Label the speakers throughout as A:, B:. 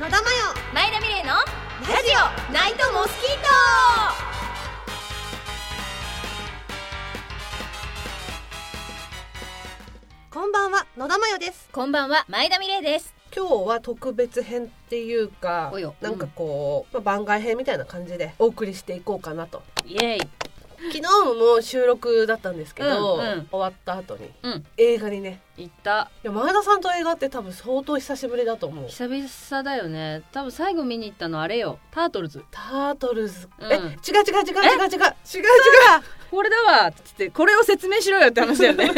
A: 野田真
B: 前田美玲の
A: 世ラジオナイトモスキートこんばんは野田真世です
B: こんばんは前田美玲です
A: 今日は特別編っていうか
B: およ
A: なんかこう、まあ、番外編みたいな感じでお送りしていこうかなと
B: イエイ
A: 昨日も収録だったんですけど、
B: うんうん
A: 終わった後に
B: うん
A: 映画にね
B: 行った
A: いや前田さんと映画って多分相当久しぶりだと思う
B: 久々だよね多分最後見に行ったのあれよタートルズ
A: タートルズ、
B: うん
A: え違う違う違う違う違う違う違う
B: これだわっつってこれを説明しろよって話だよ ね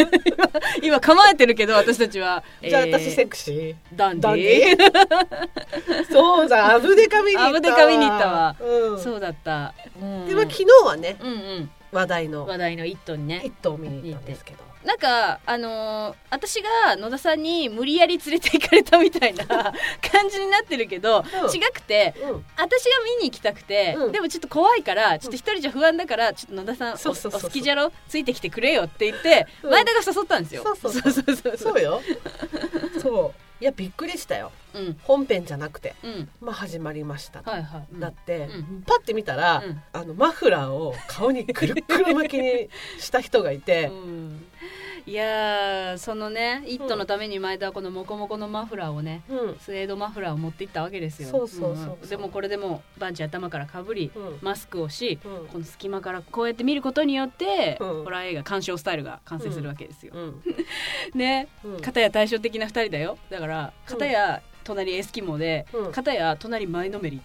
B: 今今構えてるけど私たちは
A: じゃあ
B: えー
A: 私セクシー、
B: ダンデ
A: ダン
B: ィ
A: ディそう だアブデカ見に行ったわ
B: アブデカ見に行ったわ
A: うん、
B: そうだったうん
A: でも昨日はね
B: うんうん
A: 話題の
B: 話題の「イット!」に
A: 「イ
B: ね
A: ット!」を見に行ったんですけど
B: なんかあのー私が野田さんに無理やり連れて行かれたみたいな 感じになってるけど、
A: ん
B: 違くて
A: うん
B: 私が見に行きたくて、
A: うん
B: でもちょっと怖いからちょっと一人じゃ不安だからちょっと野田さんお
A: そうそうそうそう
B: お好きじゃろついてきてくれよって言って、
A: うん
B: 前田が誘ったんですよ
A: そうそう
B: そうそうそう
A: そうよそういやびっくりしたよ
B: うん
A: 本編じゃなくて
B: うん
A: まあ始まりました、
B: はいはい、うん
A: だって、
B: うん
A: パッて見たら、
B: うん
A: あのマフラーを顔 にくるっくる巻きにした人がいて
B: うんいやーそのね「イット!」のために前田はこのモコモコのマフラーをね
A: うん、うん
B: スウェードマフラーを持っていったわけですよ
A: そうそうそうそうん
B: んでもこれでもうバンチ頭からかぶりマスクをし
A: うん
B: この隙間からこうやって見ることによって、
A: うん
B: ホラー映画鑑賞スタイルが完成するわけですよ、
A: うん
B: ね
A: うん
B: 片や対照的な2人だよだから片や隣エスキモで、
A: うん
B: 片や隣前のめり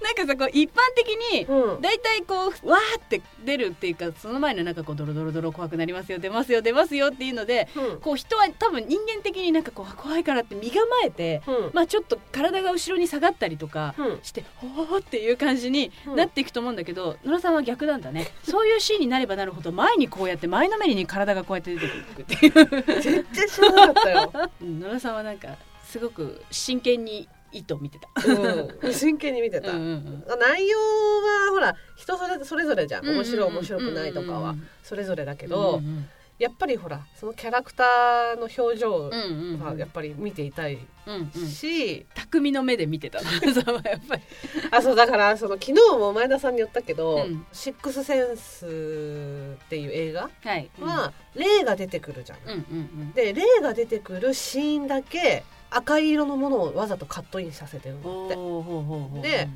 B: なんかさこう一般的に
A: うん
B: 大体こうわーって出るっていうかその前のなんかこうドロドロドロ怖くなりますよ出ますよ出ますよっていうので
A: うん
B: こう人は多分人間的になんかこう怖いからって身構えて、
A: うん
B: まあ、ちょっと体が後ろに下がったりとか。
A: うん
B: してほーっていう感じに
A: うん
B: なっていくと思うんだけど、野田さんは逆なんだねそういうシーンになればなるほど前にこうやって前のめりに体がこうやって出てくるっていう
A: 全然知らなかったよ
B: うん野田さんはなんかすごく真剣に糸を見てた。
A: うん、真剣に見てた、
B: うんうん
A: 内容はほら人それそれぞれじゃん
B: うん
A: 面白い面白くないとか
B: う
A: は
B: んうんうん
A: それぞれだけ
B: け
A: ど、
B: うんうん
A: やっぱりほらそのキャラクターの表情
B: うんうん
A: はやっぱり見ていたい
B: うんうん
A: し、
B: 匠の目で見てたな野田さんはやっぱり。
A: あそうだからその昨日も前田さんに言ったけど「
B: うん
A: シックスセンス」っていう映画
B: はい。
A: は霊が出てくるじゃん。
B: うんうんうん
A: で霊が出てくるシーンだけ赤い色のものをわざとカットインさせてるんだって
B: おーほうほうほう
A: で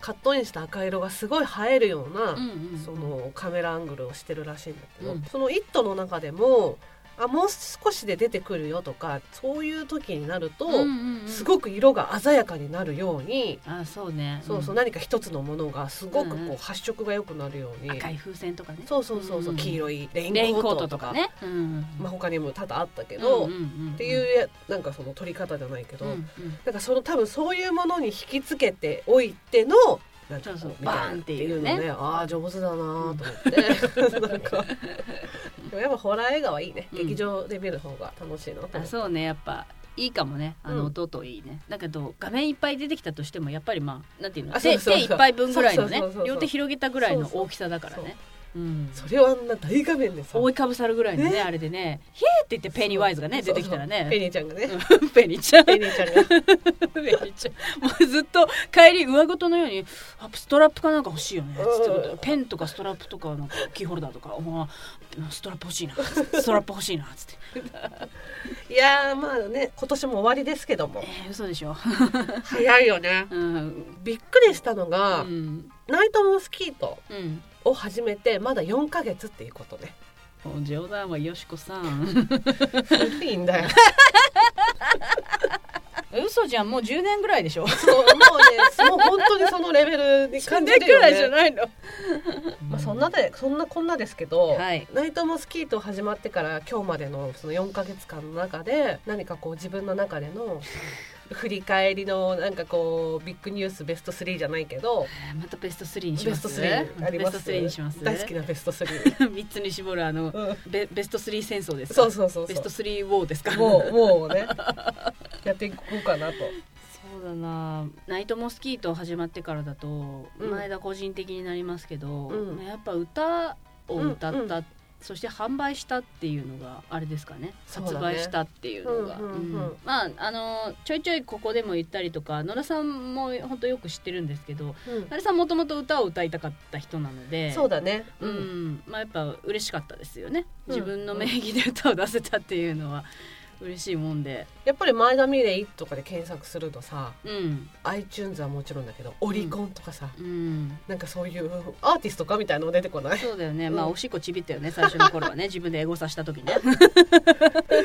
A: カットインした赤色がすごい映えるような、
B: うんうんうん
A: そのカメラアングルをしてるらしいんだけど、
B: うん
A: その「イット!」の中でもあもう少しで出てくるよとかそういう時になると、
B: うんうんうん
A: すごく色が鮮やかになるように、
B: あそうね。
A: そうそう
B: ね。
A: 何か一つのものがすごくこう、
B: うんうん
A: 発色が良くなるように
B: 赤い風船とかね。
A: そうそうそうそう、
B: うん
A: 黄色いレイ
B: レイ
A: ンコ
B: ン
A: ー
B: コー
A: ト
B: ト
A: と
B: と
A: か
B: かね。うん
A: まあ、他にも多々あったけど、
B: うんうんうんうん
A: っていうやなんかその撮り方じゃないけど、
B: うんうん
A: なんかその多分そういうものに引きつけておいてのなんかこ
B: そうそう
A: みたいな
B: バーンっていうね
A: ってああ上手だなーと思っ て、なんかでもやっぱホラー映画はいいね、
B: うん
A: 劇場で見る方が楽しいなと思
B: あ
A: って
B: そうねやっぱいいかもねあ
A: う
B: の
A: ん
B: 音といいね、だけど画面いっぱい出てきたとしてもやっぱりまあなんていうの
A: あそう
B: 手
A: そう
B: 手
A: そう
B: いっぱい分ぐらいの
A: そう
B: ね
A: そうそうそう
B: 両手広げたぐらいの大きさだからねうん
A: それをあんな大画面でさ
B: 覆いかぶさるぐらいのね
A: ね
B: あれでね「ヒえーって言ってペニーワイズがね
A: そ
B: 出
A: う
B: てきたら
A: そうペ
B: ね
A: ニーちゃんがね、
B: うんペニーちゃんペ
A: ペニーちゃんが
B: ニーちゃんもうずっと帰り上ごとのように「あストラップかなんか欲しいよね」つってこと
A: うん
B: ペンとかストラップとかなんかキーホルダーとか「おストラップ欲しいな」ストラップ欲しいな」つって
A: いやーまあね今年も終わりですけど
B: 「
A: も
B: えー、嘘でしょ」
A: 早いよね
B: うん
A: びっくりしたの
B: う
A: が、
B: ん
A: ナイトモスキート
B: うん
A: を始めてまだ4ヶ月っていうこと ね
B: もう冗談はよしこさん
A: 古いんだよ
B: 嘘じゃんもう10年ぐらいで しょ
A: そうもうねもう本当にそのレベルに感じるよね
B: ないの
A: まあ、そんなでそんなこんなですけど、
B: はい
A: ナイトモスキート始まってから今日までのその4ヶ月間の中で何かこう自分の中での 振り返りのなんかこうビッグニュースベスト3じゃないけど
B: またベスト3にし
A: ベ
B: ま
A: ス
B: す
A: ト3あります
B: ベスト3にします
A: 大好きなベスト3、
B: 3つに絞るあの
A: う ん、
B: ベベスト3戦争ですか
A: そうそうそう
B: ベスト
A: そ
B: 3ウォーですか
A: うもうもうねやっていこうかなと
B: そうだなナイトモスキート始まってからだと、
A: うん
B: 前田個人的になりますけど、
A: うん
B: やっぱ歌を歌ったそして販売したっていうのがあれですかね
A: そうだ
B: 発
A: ね
B: 売したっていうのが
A: うんうんうん
B: うんまああのちょいちょいここでも言ったりとか野田さんも本当よく知ってるんですけど
A: うん
B: 野田さんもともと歌を歌いたかった人なので
A: そうだね、
B: う
A: うん
B: んまあ、やっぱ嬉しかったですよね、
A: うん
B: 自分の名義で歌を出せたっていうのは嬉しいもんで、
A: やっぱり前田美玲とかで検索するとさ
B: うん、
A: iTunes はもちろんだけどオリコンとかさ、
B: うん、
A: なんかそういうアーティストかみたいなの出てこない
B: そうだよね、
A: うん
B: まあおしっこちびったよね最初の頃は ね自分でエゴさした時ね
A: 今日ね、あのー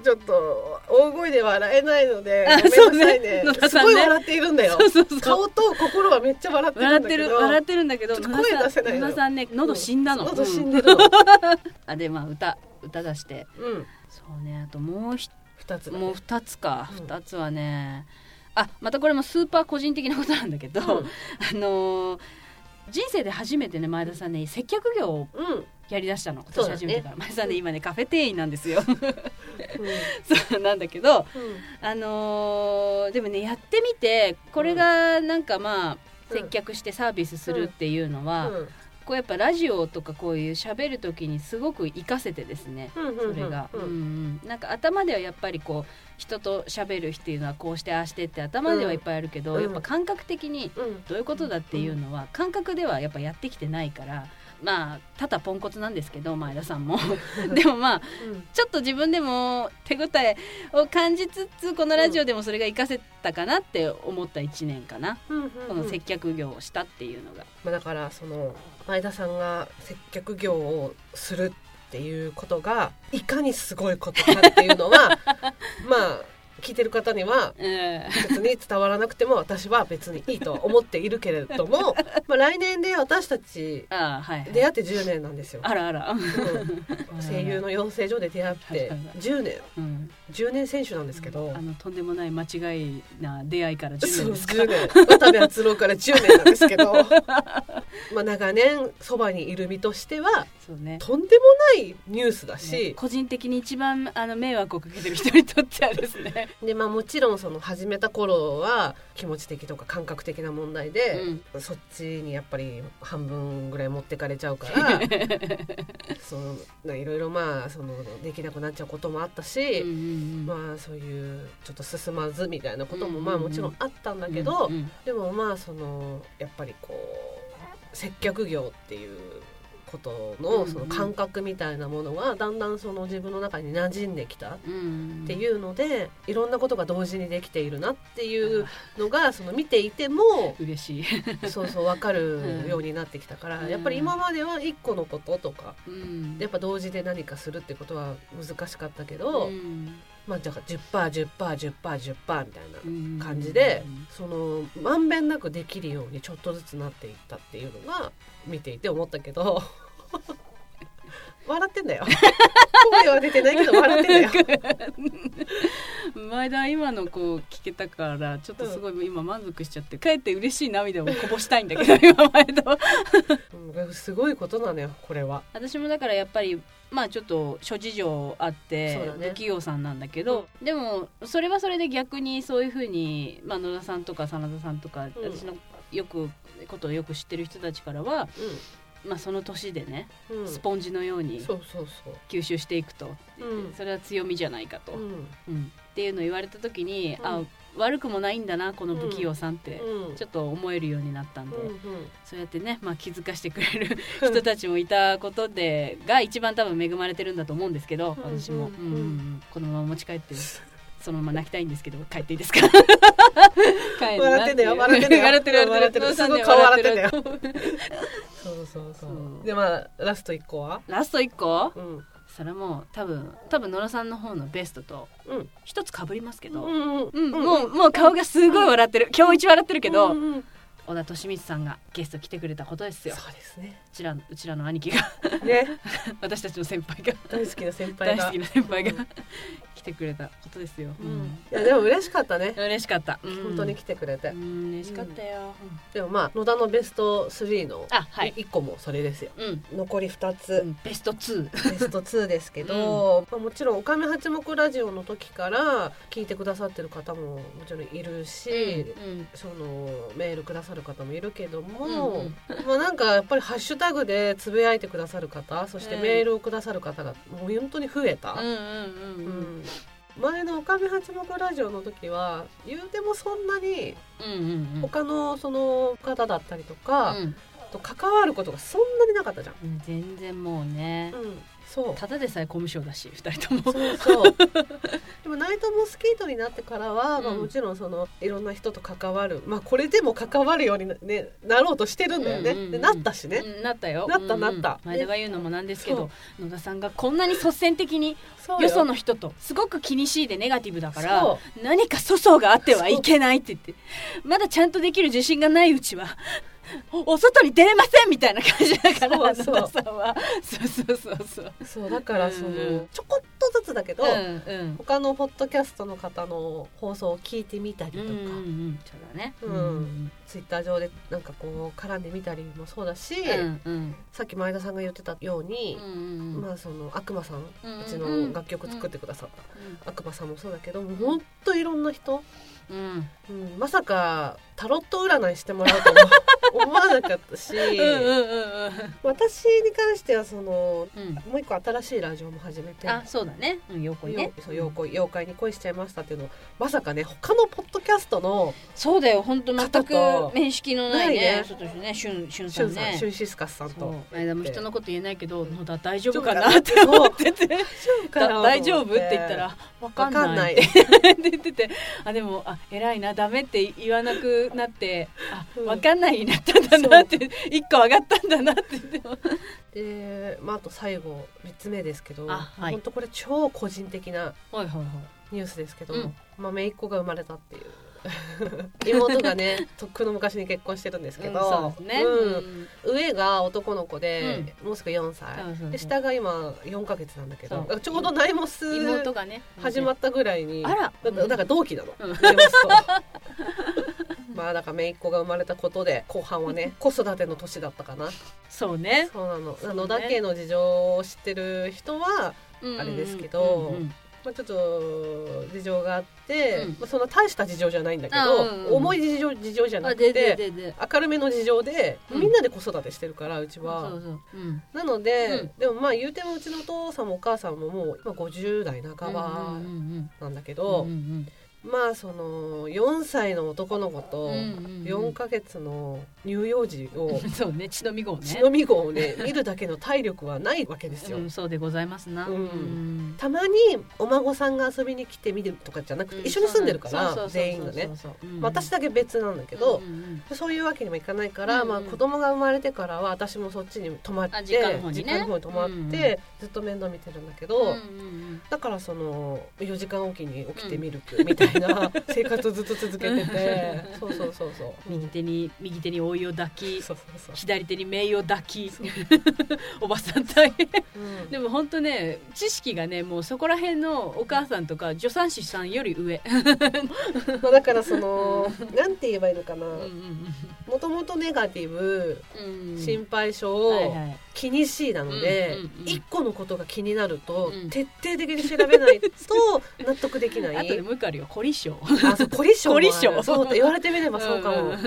A: ちょっと大声で笑えないので、
B: あ
A: ごめんなさい
B: そうね
A: ね
B: 野田
A: す
B: さんね
A: ごい笑っているんだよ。
B: そうそうそう
A: 顔と心はめっちゃ笑ってる
B: 笑
A: ん
B: っ
A: だ
B: て
A: け
B: る
A: ど。
B: 笑ってるんだけど
A: ちょっと声
B: 野田さん
A: 出せないの
B: 野田さんね喉死んだの、
A: 喉死ん
B: うん
A: でるの。
B: あでまあ歌歌出して
A: うん、
B: そうねあともうひ
A: 二つだね。
B: もう2つか、
A: うん
B: 2つはねあまたこれもスーパー個人的なことなんだけど、
A: うん
B: あのー人生で初めてね前田さんね接客業を
A: うん、うん
B: やりだしたの今
A: そう
B: 年
A: だね
B: 初めてから、前田さんね今ねカフェ店員なんですよ そうなんだけどあのーでもねやってみてこれがなんかまあ、
A: うん
B: 接客してサービスするっていうのは、
A: うん
B: こうやっぱラジオとかこういう喋る時にすごく活かせてですね、
A: うんうん、
B: それが、
A: う
B: うんんうんなんか頭ではやっぱりこう人と喋るっていうのはこうしてああしてって頭ではいっぱいあるけど、
A: うん
B: やっぱ感覚的に
A: うん
B: どういうことだっていうのは感覚ではやっぱやってきてないからまあただポンコツなんですけど前田さ んもでもまあ
A: うん
B: ちょっと自分でも手応えを感じつつこのラジオでもそれが活かせたかなって思った1年かな、
A: うんうん
B: この接客業をしたっていうのが。
A: まあだからその前田さんが接客業をするっていうことがいかにすごいことかっていうの はまあ聞いてる方には
B: うん
A: 別に伝わらなくても私は別にいいとは思っているけれど も、まあ、来年で私たち
B: ああはいはい、
A: 出会って10年なんですよ、
B: あらあら、
A: うん声優の養成所で出会って10年
B: うん、
A: 10年選手なんですけど
B: あ。のとんでもない間違いな出会いから10
A: そう
B: 年ですか
A: 10年渡部篤郎から10年なんですけ どまあ長年そばにいる身としては
B: そうね
A: とんでもないニュースだ
B: ね
A: し、
B: 個人的に一番あの迷惑をかけてる人にとってはですね、
A: でまあ、もちろんその始めた頃は気持ち的とか感覚的な問題で、そっちにやっぱり半分ぐらい持ってかれちゃうから そのないろいろまあそのできなくなっちゃうこともあった
B: うん
A: し、
B: うんうん
A: まあそういうちょっと進まずみたいなことも
B: うん
A: まあもちろんあったんだけど、
B: うんうん
A: でもまあそのやっぱりこう接客業っていうこと
B: うんう
A: の
B: ん
A: その感覚みたいなものがだんだんその自分の中に馴染んできたっ
B: うん
A: て
B: う
A: いうのでいろんなことが同時にできているなっていうのがその見ていても
B: 嬉しい、
A: そうそう分かるようになってきたから、
B: うん
A: やっぱり今までは一個のこととか
B: うん
A: やっぱ同時で何かするってことは難しかったけど、
B: うん
A: まあだから 10%10%10%10% みたいな
B: うん
A: 感じで、
B: うん
A: そのまんべんなくできるようにちょっとずつなっていったっていうのが見ていて思ったけ ど笑ってんだよ声は出てないけど笑ってんだよ
B: 前田今のこう聞けたからちょっとすごい今満足しちゃって帰って嬉しい涙をこぼしたいんだ けど今前田は
A: うんすごいことなのよこれは。
B: 私もだからやっぱりまあちょっと諸事情あって、
A: そうだね
B: 不器用さんなんだけど、でもそれはそれで逆にそういうふうに、まあ、野田さんとか真田さんとか、
A: うん
B: 私のよくことをよく知ってる人たちからは、まあ、その年でね
A: うん、うん、
B: ス
A: そう
B: ポンジのように
A: そうそう。
B: 吸収していくと、
A: うん
B: それは強みじゃないかと、
A: うん
B: うんっていうのを言われた時に、
A: うん
B: あ悪くもないんだなこの不器用さんって、
A: うん
B: ちょっと思えるようになったんで、
A: うん うん
B: そうやってね、まあ、気づかしてくれ る人たちもいたことでが一番多分恵まれてるんだと思うんですけど
A: うん
B: 私も、
A: う
B: うんん
A: うん
B: このまま持ち 帰ってそのまま泣きたいんですけど帰っていいですか帰るな
A: 笑ってんだよ笑ってんだよ
B: 笑ってる
A: 笑ってる
B: お父さんね
A: すごい笑ってんだよ
B: 笑ってる
A: そうそうそう。
B: そう
A: でまあラスト一個は、
B: ラスト1個
A: うん、
B: それも多分多分野呂さんの方のベストと
A: うん、
B: 一つかぶりますけ
A: う
B: ど、うん
A: ん、うん、
B: もうもう顔がすごい笑ってる今日一笑ってるけど、
A: うんうん
B: 小田利光さんがゲスト来てくれたことです
A: そう
B: よ
A: ですね。
B: うちらうちらの兄貴が
A: ね、
B: 私たちの先輩が
A: 大好きな先輩
B: 大
A: が
B: 好きな先輩が来てくれたことですよ、
A: うんいやでも嬉しかったね
B: 嬉しかった、うん
A: 本当に来てくれて、
B: うん嬉しかったよ、
A: でもまあ野田のベスト3の
B: あはい
A: 1個もそれですよ、
B: うん
A: 残り2
B: う
A: つ
B: んベスト2
A: ベスト2ですけど、まあ、もちろん「おかめ八目ラジオ」の時から聞いてくださってる方ももちろんいるし、
B: うん
A: そのメールくださる方もいるけども、
B: うんうん
A: まあ、なんかやっぱりハッシュタグでつぶやいてくださる方そして
B: うん
A: メールをくださる方がもう本当に増えた、
B: うんうんう
A: うんん前の「おかめ八目ラジオ」の時は言うてもそんなに
B: うんうんうん
A: 他のその方だったりとか、
B: うん
A: と関わることがそんなになかったじゃん。
B: うん全然もうね
A: うん、そう
B: ただでさえコミュ障だし二人とも
A: そう そうでもナイトモスキートになってからは、まあ、
B: うん
A: もちろんそのいろんな人と関わる、まあ、これでも関わるようにな,、ね、なろうとしてるんだよね、
B: うんうんうん
A: でなったしね、
B: うんなったよ
A: なった
B: うんうん
A: なった
B: 前田が言うのもなんですけ
A: そう
B: ど野田さんがこんなに率先的に
A: そう
B: よその人とすごく気にしいでネガティブだから
A: そ
B: 何か粗相があってはいけないって言ってまだちゃんとできる自信がないうちはおお外に出れませんみたいな感じだから
A: そうそう
B: 野田さんはそうそうそうそう
A: うそうだからその、
B: うん
A: ちょこっとずつだけど、
B: うんうん
A: 他のポッドキャストの方の放送を聞いてみたりと
B: うんう
A: か、
B: んうんそうだね
A: うん
B: うん
A: ツイッター上でなんかこう絡んでみたりもそうだし、
B: うんうん
A: さっき前田さんが言ってたように
B: う、んうん
A: まあその悪魔さんう
B: うん
A: ちの楽曲作ってくださった、悪魔さんもそうだけどもうほんといろんな人
B: うん
A: うん、まさかタロット占いしてもら うとは思思わなかったし
B: うんうんうんうん
A: 私に関してはその
B: うん
A: もう一個新しいラジオも始めて
B: あそうだねうんよこいね
A: よそう妖怪妖怪に恋しちゃいましたっていうのをまさかね他のポッドキャストの
B: そうだよ本当全く
A: 方と
B: 面識のない
A: ないね
B: ねちょっとねしゅんしゅん
A: し
B: さ
A: ゅん
B: ん
A: さん、
B: ね
A: シュンシスカスさん
B: そ
A: と
B: う前田も人のこと言えないけど野田大丈
A: 丈
B: 夫
A: 夫
B: か
A: か
B: な
A: な
B: って思ってて
A: そうかな
B: だ大丈夫って言ったらわか
A: わ
B: ん
A: かん
B: な
A: ないい
B: って言っててあでもあ偉いなダメって言わなくなってあ
A: うん
B: わかんないになったんだなって一個上がったんだなって言っても
A: で、まあ、あと最後3つ目ですけど、
B: あはい
A: 本当これ超個人的な
B: はいはいはい
A: ニュースですけど、
B: うん
A: まあ、姪っ子が生まれたっていう 妹がね とっくの昔に結婚してるんですけ
B: うん
A: ど、
B: そうですね
A: うん
B: うん
A: 上が男の子で、もうすぐ4歳、
B: そうそうそう
A: で下が今4ヶ月なんだけど
B: そう
A: ちょうどナイモス
B: 妹がね
A: 始まったぐらいに
B: あら
A: だだだから同期なの、
B: うん
A: ナ イモスとまあだから姪っ子が生まれたことで後半は ね子育ての年だったかな
B: そうね
A: そうなの
B: そうね
A: 野田家の事情を知ってる人は、あれですけど
B: うんうんうん
A: まあ、ちょっと事情があって、
B: うん
A: まあ、そんな大した事情じゃないんだけ
B: あ
A: ど、
B: うんうん
A: 重い事情事情じゃな
B: あ
A: く
B: で
A: て
B: ででで
A: 明るめの事情で、
B: うん
A: みんなで子育てしてるからうちは。
B: そうそううん
A: なので、
B: うん
A: でもまあ言うてもうちのお父さんもお母さんももう今50代半ば
B: うんうんうんうん
A: なんだけど、
B: うんうん
A: まあその4歳の男の子と4ヶ月の乳幼児を
B: うん そう ね血のみ号
A: 血
B: ね
A: のみ子をね見るだけの体力はないわけですよ。
B: うんそうでございますな
A: うん
B: ん
A: たまにお孫さんが遊びに来て見るとかじゃなくて、一緒に住んでるから全員がね、まあ私
B: だ
A: だけ別なんだけ
B: け
A: ど、そういうわけにもいかないから、
B: うんうん
A: まあ、子供が生まれてからは私もそっちに泊まって
B: あ実家の方にね
A: 実家の方に泊まって、
B: うんうん
A: ずっと面倒見てるんだけど、だからその4時間おきに起きてみるみたいな 生活をずっと続けて て、そうそうそうそう。
B: 右手に右手に老いを抱き
A: そうそうそ
B: 左手に名を抱き おばさん大変
A: う、うん
B: でも本当ね知識がねもうそこら辺のお母さんとか助産師さんより上
A: まあだからそのなんて言えばいいのかな
B: うんうん
A: もともとネガティブ
B: うんうん
A: 心配性、
B: はいはい
A: 気にしいなので、
B: うんうんうん
A: 一個のことが気になると、
B: うん
A: 徹底的に調べないと 納得できな
B: あとで
A: い。
B: もう一個あるよ凝り性
A: あ、そう、凝り性もある。
B: 凝り性
A: そう言われてみればそうかも。
B: んん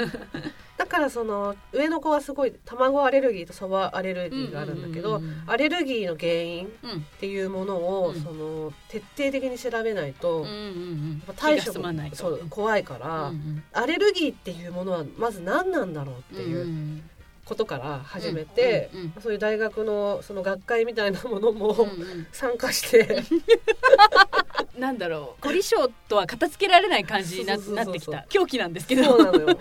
A: だからその上の子はすごい卵アレルギーとそばアレルギーがあるんだけど、
B: うんうんうんうん
A: アレルギーの原因っ
B: うん
A: ていうものを、
B: うん
A: その徹底的に調べないと、
B: うんうんうん
A: やっぱ
B: 気
A: 対
B: が
A: 処
B: 済まないと
A: そう怖いから、
B: うんうん
A: アレルギーっていうものはまず何なんだろうっていうんことから始めて、
B: うんうん
A: そういう大学のその学会みたいなものも、
B: うんうん
A: 参加 して
B: なんだろう凝り性とは片付けられない感じにな
A: そうそう
B: な
A: そう
B: っ
A: そう
B: てきた狂気なんですけど
A: そうなのよ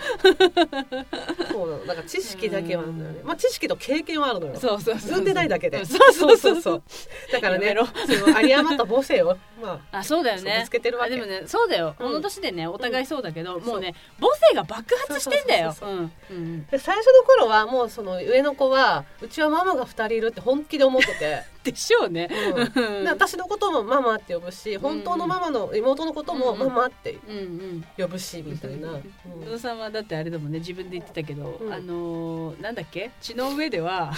A: そうなのだから知識だけはあるんだよね、まあ、知識と経験はあるのよ
B: そうそうそう
A: 積んでないだけで
B: そうそうそうそう
A: だから
B: やめ
A: ね
B: ろ
A: その有り余った母性を、ま
B: あそうだ よ
A: そう
B: ね
A: ぶつけてるわけ
B: あでもねそうだよ、
A: うん
B: この年でねお互いそうだけど、
A: ん
B: もうね母性が爆発してんだよ
A: そう
B: うんうん
A: あ、で最初の頃はもうその上の子はうちはママが2人いるって本気で思ってて、
B: でしょうね
A: うんで
B: うん
A: 私のこともママって呼ぶし本当のママの妹のこともママって
B: うん
A: 呼ぶしみたいな、うん
B: うん、野田さんはだってあれだもんね自分で言ってたけど、
A: うん
B: あのーなんだっけ血の上 では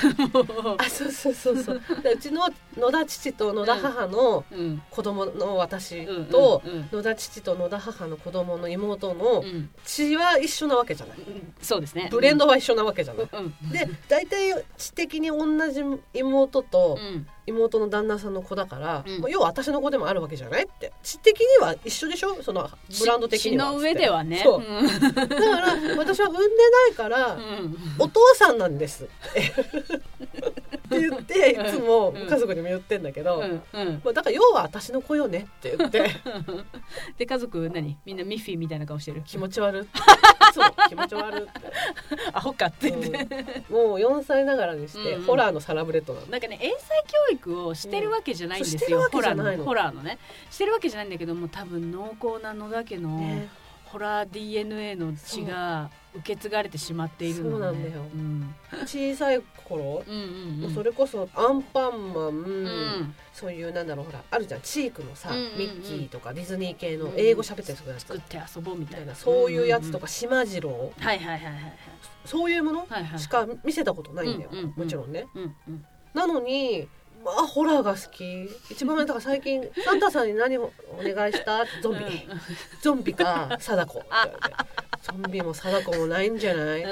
B: も
A: あそうそうそうそうでうちの野田父と野田母の
B: う、うん
A: 子供の私
B: うん、
A: と
B: うん
A: 野田父と野田母の子供の妹の
B: うんうん
A: 血は一緒なわけじゃない
B: うんそうですね
A: ブレンドは一緒なわけじゃない
B: うん
A: で大体知的に同じ妹と
B: うん
A: 妹の旦那さんの子だから、
B: うん
A: まあ要は私の子でもあるわけじゃないって知的には一緒でしょそのブランド的には
B: 血の上ではね
A: そううんだから私は産んでないから、
B: うん
A: お父さんなん ですって言っていつも
B: うん
A: 家族にも言ってんだけど、
B: うんうん
A: まあ、だから要は私の子よねって言って
B: で家族何みんなミッフィーみたいな顔してる
A: 気持ち悪 ってそう気持ち悪って
B: アホかって言って、
A: うんもう4歳ながらにして、
B: うんうん
A: ホラーのサラブレッドなの
B: なんかね英才教育をしてるわけじゃないんですよ、
A: うんそうしてるわけ
B: ホ
A: じ
B: ラー
A: ゃない
B: の
A: の
B: ホラーのねしてるわけじゃないんだけども多分濃厚な野田家の、
A: ね
B: ホラー DNA の血が受け継がれてしまっているの、ね、
A: そうなんだよ
B: うん、
A: 小さい頃、
B: うんうん
A: も
B: う
A: うんそれこそアンパンマン、
B: うんうん
A: そういうなんだろうほらあるじゃんチークのさ、
B: うんうんうん
A: ミッキーとかディズニー系の英語喋ってるやつ
B: 作って遊ぼうみ
A: み
B: た
A: た
B: い
A: い
B: な
A: なそういうやつと
B: か、
A: か島次郎
B: はいはいはいはいはい
A: そういうもの
B: はいはい
A: しか見せたことないんだよ、
B: うんうんうん
A: もちろんね
B: うんうん
A: なのにまあホラーが好き一番だから最近「サンタさんに何をお願いした?」ゾンビ、
B: うん
A: ゾンビか貞子」って言われてゾンビも貞子もないんじゃない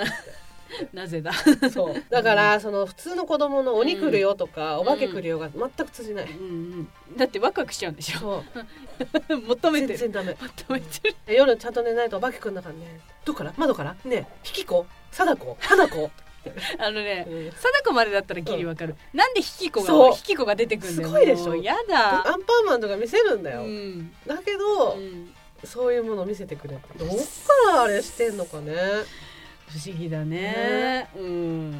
B: なぜだ
A: そうだからその普通の子供の「鬼来るよ」とか、お化け来るよ」が全く通じない、
B: うん、うん、だってワクワクしちゃうんでしょ
A: そう
B: 求め
A: 全
B: てる
A: 然ダメ
B: 求めてる
A: 夜ちゃんと寝ないとお化け来んだからねどっから窓からねえ引き子貞子花子、
B: あのね
A: うん
B: 貞子までだったらギリわかる、なんでヒキコ
A: そう
B: がヒキコが出てくるんだよ
A: すごいでしょ
B: もうやだ
A: アンパンマンとか見せるんだ
B: う
A: よ、
B: ん、
A: だけど、
B: うん
A: そういうものを見せてくれてどっからあれしてんのかね
B: 不思議だねうん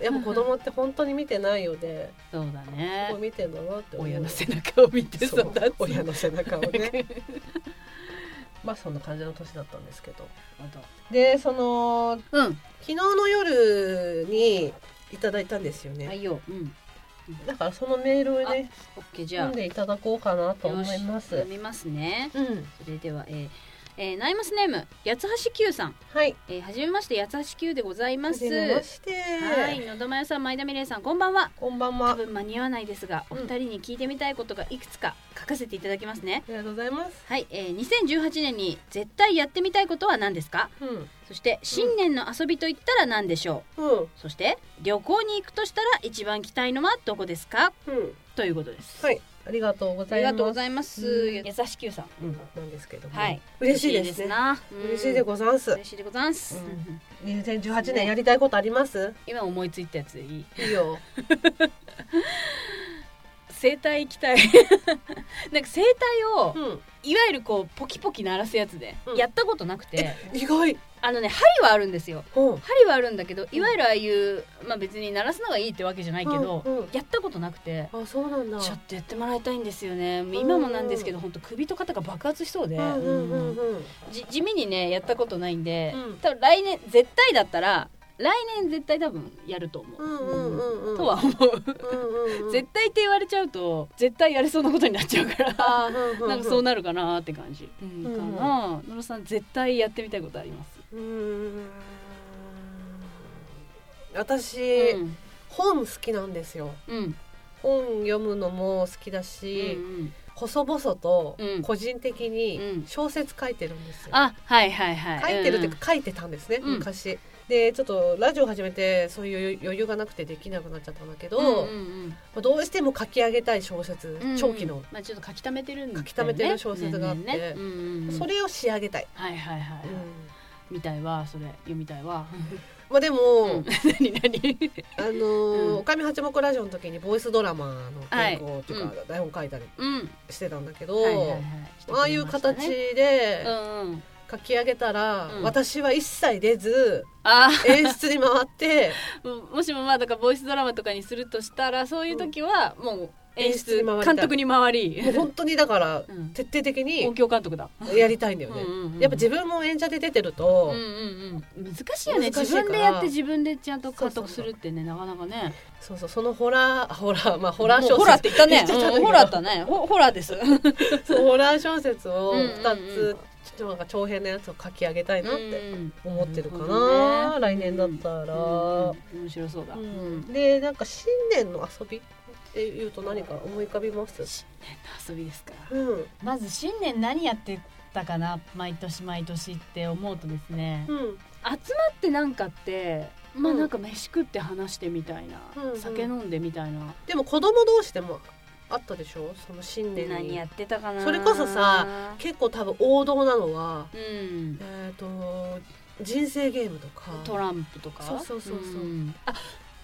A: やっぱ子供って本当に見てないよで、
B: そうだね
A: こう見てんだなって思う
B: 親の背中を見て
A: そ
B: 育
A: う
B: つ
A: 親の背中を ねまあそんな感じの年だったんですけどでその
B: うん
A: 昨日の夜にいただいたんですよね、
B: はいようん
A: だからそのメールをね
B: オッケーじゃ
A: 読んでいただこうかな
B: あ
A: と思います
B: 読みますね
A: うん
B: それではえーえーナイマスネーム八橋九さん、
A: はい
B: えー、はじめまして八橋九でございま
A: は
B: す
A: じめまして
B: はいのどまやさん前田美玲さんこんばんは
A: こんばんは
B: 多
A: あ
B: 分間に合わないですがお二人に聞いてみたいことがいくつか書かせていただきますね
A: りがとうございます
B: はい、えー、2018年に絶対やってみたいことは何ですか
A: うん
B: そして新年の遊びといったら何でしょう、
A: うん
B: そして旅行に行くとしたら一番期待のはどこですか
A: うん
B: ということです。
A: はいありがとうご
B: あ
A: ざい
B: り
A: ます
B: がとうございます。
A: うん
B: 優しきゅうさん。
A: うんなんですけども、
B: はい。
A: 嬉しいですね
B: な。
A: 嬉しいで
B: ざい
A: ござんす
B: 嬉しいでございます。
A: うん
B: うん
A: 2018年やりたいことあります
B: 今思いついたやつでいい。
A: いいよ
B: 生体行きたい。 なんか生体を
A: うん
B: いわゆるこうポキポキ鳴らすやつで、
A: うん
B: やったことなくて、
A: 意外
B: あのね針はあるんですよ。
A: うん
B: 針はあるんだけど、いわゆるああいうまあ別に鳴らすのがいいってわけじゃないけど、
A: うんうん
B: やったことなくて。
A: あそうなんだ
B: ちょっとやってもらいたいんですよね今もなんですけど本当首と肩が爆発しそうで、
A: うんうんうんうん
B: じ地味にねやったことないんで、
A: うん
B: 多分来年絶対だったら来年絶対多分やると思う、
A: うんうんうんうん
B: とは思う、
A: うんうんうん
B: 絶対って言われちゃうと絶対やれそうなことになっちゃうから
A: あーう
B: なんかそうなるかなって感じ、
A: うん
B: かな野呂さん絶対やってみたいことあります、
A: うーん私、
B: うん
A: 本好きなんですよ
B: うん
A: 本読むのも好きだ
B: う
A: し、
B: ん
A: 細々と
B: うん
A: 個人的
B: う
A: に
B: ん
A: 小説書いてるんですよ、
B: あはいはいはい
A: 書いてるっていう
B: か
A: か書いてたんですね、
B: うん
A: 昔でちょっとラジオ始めてそういう余裕がなくてできなくなっちゃったんだけど、
B: うん
A: ま
B: うん
A: あどうしても書き上げたい小説、
B: うん
A: 長期の、
B: まあ、ちょっと書き溜めてるんだよね
A: 書き溜めてる小説があって
B: ねねねうんうんうん
A: それを仕上げたい、
B: はいはいはい、
A: うん
B: みたいわそれ読みたいわ
A: まあ、でも、
B: うん 何何
A: あの
B: うん
A: ーおかみ八目ラジオの時にボイスドラマの原稿と
B: は
A: か台本書いたり
B: うん
A: してたんだけど、
B: はいはいはい
A: ああいう形で
B: うんうん
A: 書書き上げたら、
B: うん
A: 私は一切出ず
B: あー
A: 演出に回って
B: ももしもまあだからボイスドラマとかにするとしたらそういう時はもう演
A: 演出
B: 出
A: に回りたい
B: 監督に回り
A: もう本当にだから
B: うん
A: 徹底的に
B: 音響監督だ、
A: やりたいんだよね。
B: うんうんうん
A: やっぱ自分も演者で出てる
B: うん
A: と、
B: うんうん、難しいよね
A: 難し
B: 自
A: いから
B: 分でやって自分でちゃんと監督するってねなかなかね
A: そうそうそのホラーホラーまあホラー小説
B: もうホラーって言ったね
A: 言っちゃったんだけど
B: うんホラーだねホホラーです
A: そうホラー小説を
B: うんうんうん
A: 2つちょっとなんか長編のやつを書き上げたいなって
B: うん
A: 思ってるかな、
B: なるほどね
A: 来年だったら、
B: うんうん面白そうだ、
A: うんでなんか新年の遊びっていうと何か思い浮かびます、
B: 新年の遊びですか
A: うん
C: まず新年何やってたかな毎年毎年って思うとですね、
A: うん
B: 集まってなんかってまあ
A: うん
B: なんか飯食って話してみたいな、
A: うんうん
B: 酒飲んでみたいな、
A: でも子供同士でもあったでしょその新年
B: 何
A: に
B: やってたかな
A: それこそさ結構多分王道なのは
B: うん
A: えっ、と人生ゲームとか
B: トランプとか
A: そうそうそうそうん
B: あ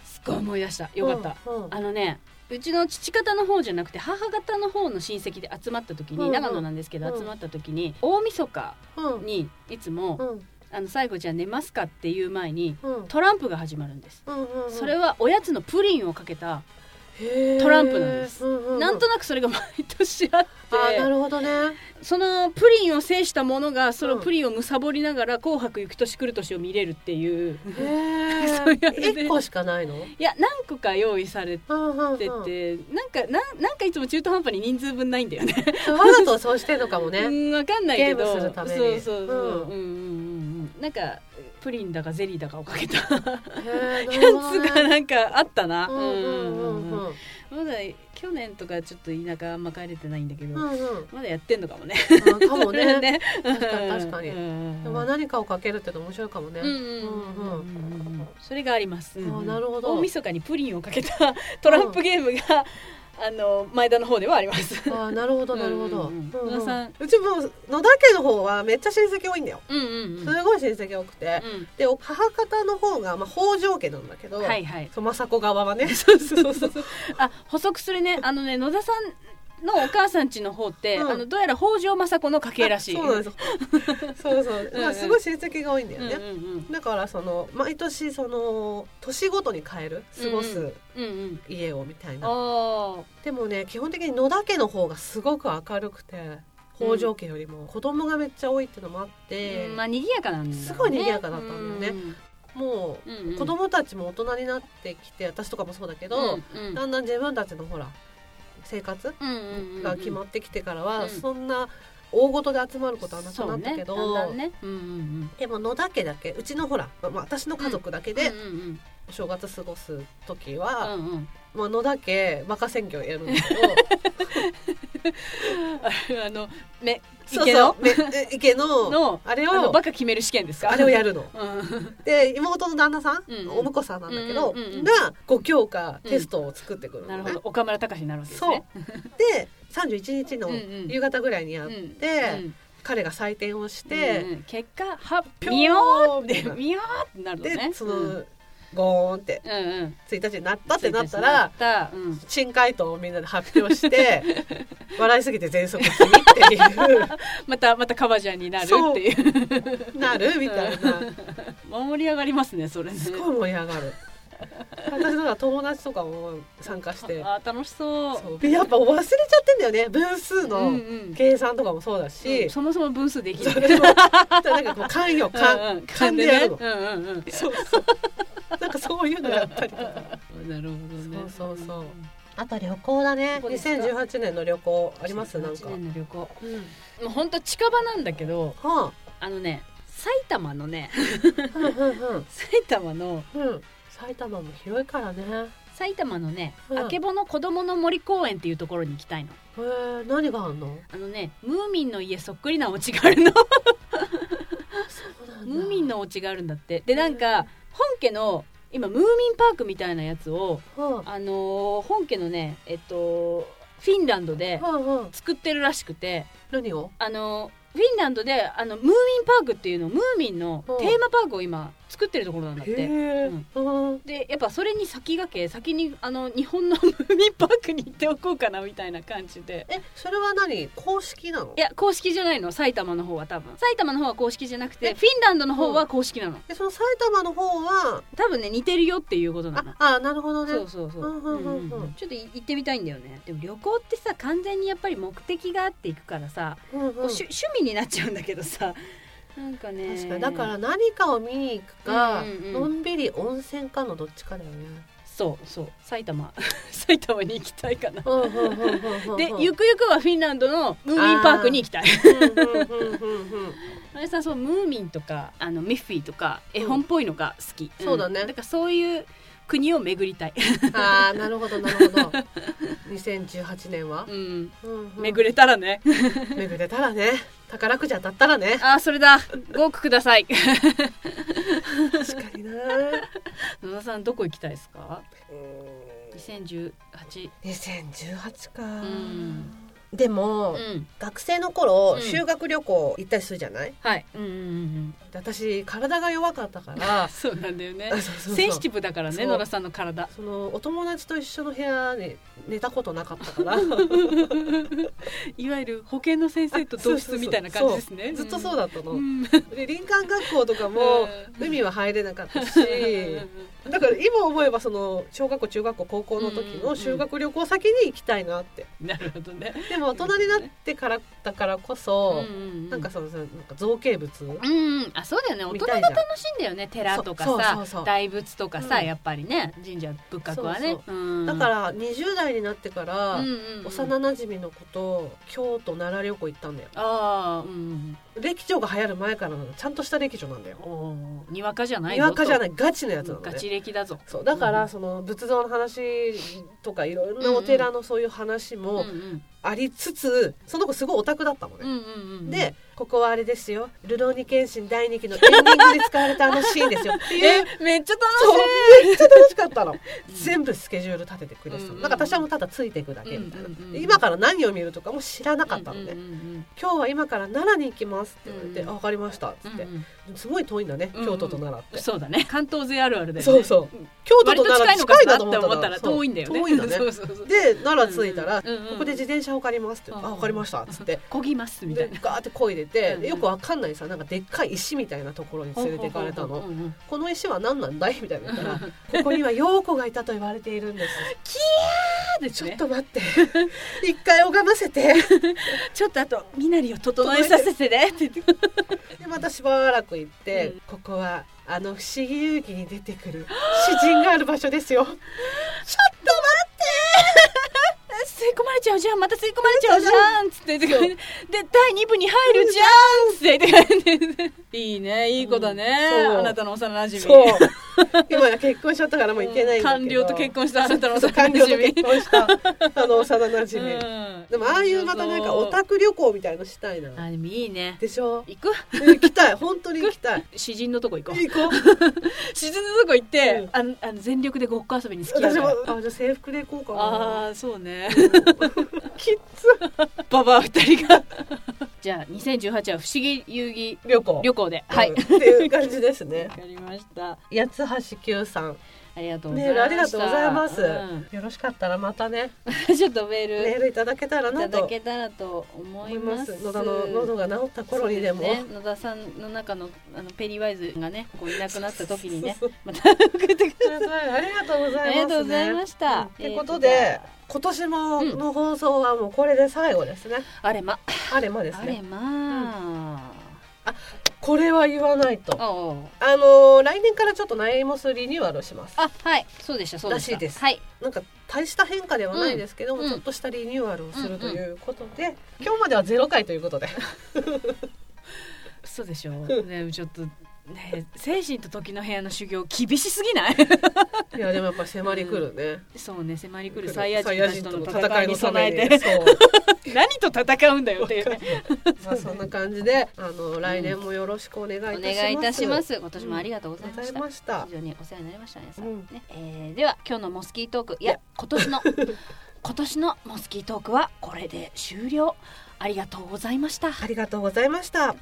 B: すっごい思い出したよかった、
A: うんうん
B: あのねうちの父方の方じゃなくて母方の方の親戚で集まった時に、
A: うんうん
B: 長野なんですけど
A: うん
B: 集まった時に、大晦日
A: うん
B: にいつも、
A: うん
B: あの最後じゃあ寝ますかっていう前に
A: うん
B: トランプが始まるんです、
A: うんうんうん
B: それはおやつのプリンをかけた、
A: へー
B: トランプなんです
A: ううう
B: なんとなくそれが毎年あって
A: あーなるほどね
B: そのプリンを制した者がそのプリンをむさぼりながら「紅白行く年来る年」を見れるっていう、
A: へ
B: そうやって
A: え一個しかないの
B: いや何個か用意されて
A: うんうんうん
B: て、なんかなんなんかいつも中途半端に人数分ないんだよね。
A: わざとそうしてんのかも
B: う
A: ね
B: んわかんないけ
A: ゲ
B: ど
A: ームするために
B: そうそうそ
A: う
B: う、うんん、うんうんうんなんかプリンだかゼリーだかをかけた や
A: へーな
B: つ
A: るほどね
B: がなんかあったな、
A: うんうんうんうん
B: まだ去年とかちょっと田舎あんま帰れてないんだけど、
A: うんうん
B: まだやってんのかもね。
A: あかも
B: それ は
A: ね
B: 確
A: かに確かに
B: うん
A: まあ何かをかけるっての面白いかもね
B: うんうんうんうんうんそれがあります。
A: んあなるほど
B: 大晦日にプリンをかけた トランプゲームが、あの前田の方ではあります。
A: あーなるほどなるほど
B: うんうんうん
A: うんうん
B: 野田さん
A: うちも野田家の方はめっちゃ親戚多いんだよ
B: うんうんうん。
A: すごい親戚多くてで母方の方がまあ北条家なんだけ
B: う
A: ど
B: んはいはい。
A: そう政子側はね そうそうそう
B: あ補足するね。あのね野田さんのお母さん家の方って、
A: うん
B: あのどうやら北条政子の家系らしい。
A: そうなん ですそうそう、まあ、すごい親戚が多いんだよ
B: うん
A: ね、だからその毎年その年ごとに変える過ごす
B: うんうん。うんうん。
A: 家をみたいな、
B: あ
A: でもね基本的に野田家の方がすごく明るくて北条家よりも子供がめっちゃ多いってのもあっ
B: あ、
A: て、
B: うんまあ賑やかなんだろうね。
A: すごい賑やかだったんだよねも
B: うんうん。
A: う子供たちも大人になってきて私とかもそうだけど、
B: うんうん
A: だんだん自分たちのほら生活
B: うんうんうん
A: が決まってきてから
B: うんう
A: は
B: ん
A: そんな大ごとで集まることはなくなったけど、
B: そうねだんだんね、うんうんうん、
A: でも野田家だけうちのほら、まあ、私の家族だけ
B: う
A: で
B: んうん
A: お正月過ごす時
B: う
A: は、
B: んうんうん、
A: まあ、野田家馬鹿選挙やるんだけど
B: あのめ
A: そう
B: 池
A: そう
B: の
A: めえ池の
B: の
A: あれ
B: あの
A: を
B: バカ決める試験ですか
A: あれをやるの。
B: うん
A: で妹の旦那さん、
B: うんうん
A: お婿さんなんだけど、
B: うんうんうん
A: が5教科テストを作ってくる
B: な
A: の
B: る
A: ね、
B: ほど岡村隆史になるわけです
A: そう
B: ね
A: で31日の
B: うんうん
A: 夕方ぐらいにやって、
B: うん
A: 彼が採点をし
B: う
A: て、
B: んうん結果発
A: み
B: 表み
A: よ
B: よ
A: ー
B: ー
A: っ
B: って てみよーってなるのね
A: でそ
B: うんう
A: の、ゴーンって
B: んうん
A: 1日になったってなったら
B: ついてしまったうん
A: 新回答をみんなで発表して 笑いすぎて全速気味ってい
B: またまたカバジャンになるっていう
A: うなるみたいな
B: 盛り上がりますねそれね
A: すごい盛り上がる私の友達とかも参加して
B: あー楽しそう
A: そうでやっぱ忘れちゃってんだよね分数
B: うんう
A: の
B: ん
A: 計算とかもそうだ
B: う
A: し、
B: んそもそも分数できない
A: それもなんかこう勘よ
B: うんう
A: 勘
B: ん
A: 勘でやるの、
B: うんうんうん
A: そうそうなんかそういうのやったりとか
B: なるほどね。
A: そうそうそうあと旅行だね
B: どこですか
A: 2018年の旅行ありますなんか、
B: 1年の旅行。も
A: うん
B: う本当近場なんだけど、
A: は
B: あのね、埼玉のね、
A: あ、うんうん
B: 埼玉の
A: うんうん埼玉も広いからね
B: 埼玉のね、
A: うん
B: あけぼの子供の森公園っていうところに行きたいの。
A: へえ何があんの
B: あのね、ムーミンの家そっくりなお家があるの。ムーミンのお家があるんだって。でなんか本家の今ムーミンパークみたいなやつを
A: は
B: あのー本家のね、えっとフィンランドで
A: あはあはあ
B: 作ってるらしくて。
A: 何を
B: あのフィンランドであのムーミンパークっていうのムーミンのテーマパークを今作ってるところなんだって。
A: へえ
B: うん
A: うん
B: でやっぱそれに先駆け先にあの日本の ムーミンパークに行っておこうかなみたいな感じで
A: えそれは何公式なの
B: いや公式じゃないの埼玉の方は多分埼玉の方は公式じゃなくてフィンランドの方は公式なの
A: えその埼玉の方は
B: 多分ね似てるよっていうことなの
A: ああなるほどね
B: そうそうそう,、
A: うんうんうんうん
B: ちょっとい行ってみたいんだよねでも旅行ってさ完全にやっぱり目的があっていくからさ、
A: うんうん
B: こう趣趣味になっちゃうんだけどさ なんかね
A: 確かにだから何かを見に行くか、
B: うんうんうん
A: のんびり温泉かのどっちかだよね。
B: そうそう埼玉 埼玉に行きたいかな
A: うんうんうんうんうん
B: でゆくゆくはフィンランドのムーミンパークに行きたい
A: うんうんうんうんうん
B: あれさそうムーミンとかあのミッフィーとか絵本っぽいのが好き、
A: うんそうだね
B: だからそういう国を巡 りたい、
A: ああなるほどなるほど。2018年は
B: う、ん、
A: うんうん
B: 巡れたら ね
A: 巡れたらね宝くじ当たったらね
B: あーそれだ5億ください
A: 確かにな。
B: 野田さんどこ行きたいですか
A: うん
B: 2018
A: 2018か、
B: ん
A: でも、
B: うん
A: 学生の頃、
B: うん
A: 修学旅行行ったりするじゃない
B: はいうんうんうん
A: で私体が弱かったから
B: そうなんだよね
A: そうそうそう
B: センシティブだから
A: そ
B: ね
A: う
B: 野田さんの体
A: そのお友達と一緒の部屋に寝たことなかったから
B: いわゆる保健の先生と同室みたいな感じですね
A: ずっとそうだったの、
B: ん
A: で林間学校とかも海は入れなかったしだから今思えばその小学校中学校高校の時の修学旅行先に行きたいなって
B: なるほどね
A: でも大人になってからだからこそ、
B: うん
A: なんかそのそのなんか造形物
B: うんうんあそうだよね大
A: み
B: 人
A: たい
B: が
A: じゃん
B: 楽しいんだよね寺とか
A: そうそうそうそ
B: さ
A: う
B: 大仏とかさ、
A: うん
B: やっぱりね神社仏閣はね
A: そう
B: うん
A: だから20代になってから、
B: うんうんうん
A: 幼なじみの子と京都奈良旅行行ったんだよ
B: ああうん
A: 歴女が流行る前からなのちゃんとした歴女なんだよ
B: うんおーにわかじゃない
A: に
B: ぞ
A: わかじゃ
B: い
A: ないガチのやつなの
B: ガ
A: ね
B: チ歴だぞ
A: そうだか
B: う
A: ら
B: ん
A: その仏像の話とかいろんなお寺のそういう話
B: うんう
A: も
B: ん
A: ありつつその子すごいオタクだったの
B: うんう
A: ね、
B: んうん
A: でここはあれですよ「ルローニケンシン第2期のエンディングで使われたあのシーンですよ」っていう
B: えめっちゃ楽
A: そうめっちゃ楽しかったの
B: しい
A: 全部スケジュール立ててくれてた
B: う
A: の
B: ん
A: なんか私はもうただついていくだけみたいな
B: うんうんうん
A: で今から何を見るとかも知らなかったのね
B: うんうん
A: 今日は今から奈良に行きますって言われて
B: う
A: 「
B: ん
A: あ分かりました」っつ
B: うん
A: って
B: うんうん
A: すごい遠いんだね
B: うんうん
A: 京都と奈良って
B: そうだね関東勢あるあるだよね
A: そうそう京都
B: 割
A: と
B: と近
A: 奈
B: い
A: 良
B: のか
A: 近い
B: な
A: な
B: って
A: と
B: 思
A: 思
B: っ
A: ったた
B: ら
A: ら
B: 遠いんだよね
A: そう遠いんだね
B: そうそうそう
A: で奈良着いたら
B: うんうんうん
A: ここで自転車を借りますって「
B: う
A: あ
B: んうん
A: 分かりました」っつって
B: こぎますみた
A: で
B: いな
A: ガーって漕いでて
B: うんうん
A: でよくわかんないさなんかでっかい石みたいなところに連れて行かれた
B: うん
A: の
B: うんうん
A: 「この石は何なんだい?」みたいな言ったら「ここには陽子がいたと言われているん です」
B: そうです
A: ちょ
B: ね
A: っと待って。一回拝ませて。
B: ちょっとあと身なりを整えさせてねって言って
A: で、またしばらく行って、
B: うん
A: ここは、あの、不思議遊戯に出てくる詩人がある場所ですよ。
B: 吸い込まれちゃうじゃんまた吸い込まれちゃうじゃんっつってで
A: そう
B: 第2部に入るじゃんっつっていいねいい子だね、
A: うんそう
B: あなたの幼馴染
A: そう。 今や結婚しちゃったからもう行けないんだけど。
B: 官僚と結婚したあなたの幼
A: そう官
B: 馴
A: 僚と結
B: 染
A: 婚した、あの、幼馴
B: う
A: 染、
B: ん
A: でも、ああいうまたなんかオタク旅行みたいのしたいな。
B: あでもいいね
A: でしょ
B: 行く
A: で行きたい。本当に行きたい。
B: 詩人のとこ行こう
A: 行こう。
B: 詩人のとこ行って、
A: うん
B: あのあの全力でごっこ遊びに好きや
A: 私
B: か
A: も
B: ら、
A: あ、じゃあ制服で行こうかな。
B: ああそうね
A: キッズ
B: ババア二人が じゃあ2018は不思議遊戯
A: 旅行。
B: 旅行ではい
A: う んっていう感じですね
B: わ。かりました
A: 八橋九さん。
B: ありがとうござい
A: メール
B: ました
A: ありがとうございます、
B: うん
A: よろしかったらまたね
B: ちょっとメール
A: メールいただけたら
B: いた
A: な
B: だ
A: と
B: けたらと思
A: 思い
B: い
A: ま
B: ます
A: す野田の喉が治った頃にでも
B: そうすね野田さんの中のあのペリーワイズがねこういなくなった時にね
A: そうそう
B: また送ってく
A: そうありがとうございます、ね、
B: ありがとうございました
A: ということで、今年も
B: うん
A: の放送はもうこれで最後ですね、
B: あれま
A: あれまです
B: あれ
A: ね
B: ま
A: これは言わない
B: あ
A: と
B: おう
A: あのー来年からちょっとナイモスリニューアルをします
B: あはいそうでしたそうでした
A: らしいです
B: はい
A: なんか大した変化ではないですけども、
B: うん
A: ちょっとしたリニューアルをするということで、今日まではゼロ回ということで
B: そうでしょうねちょっとね精神と時の部屋の修行厳しすぎ ない
A: いやでもやっぱ迫りくるね、
B: そうね迫り
A: 来
B: 来
A: る
B: る
A: サ
B: サ
A: イ
B: イ
A: ヤ
B: ヤ
A: 人
B: 人
A: たちとの
B: たちとの
A: 戦
B: 戦
A: い
B: い
A: に
B: に
A: 備
B: 備
A: え
B: え
A: て
B: て
A: そう
B: 何と戦うんだよっていうね
A: まあそんな感じであの来年もよろしくお願いいたし
B: お
A: ます。
B: 願いいたします。今年もありがとうございま
A: ござ
B: し
A: い
B: た。
A: ました
B: 非。常にお世話になりましたね。さ
A: うん
B: ねえーでは今日のモス キートークいや今年の今年のモスキートークはこれで終了。ありがとうございました。
A: ありがとうございました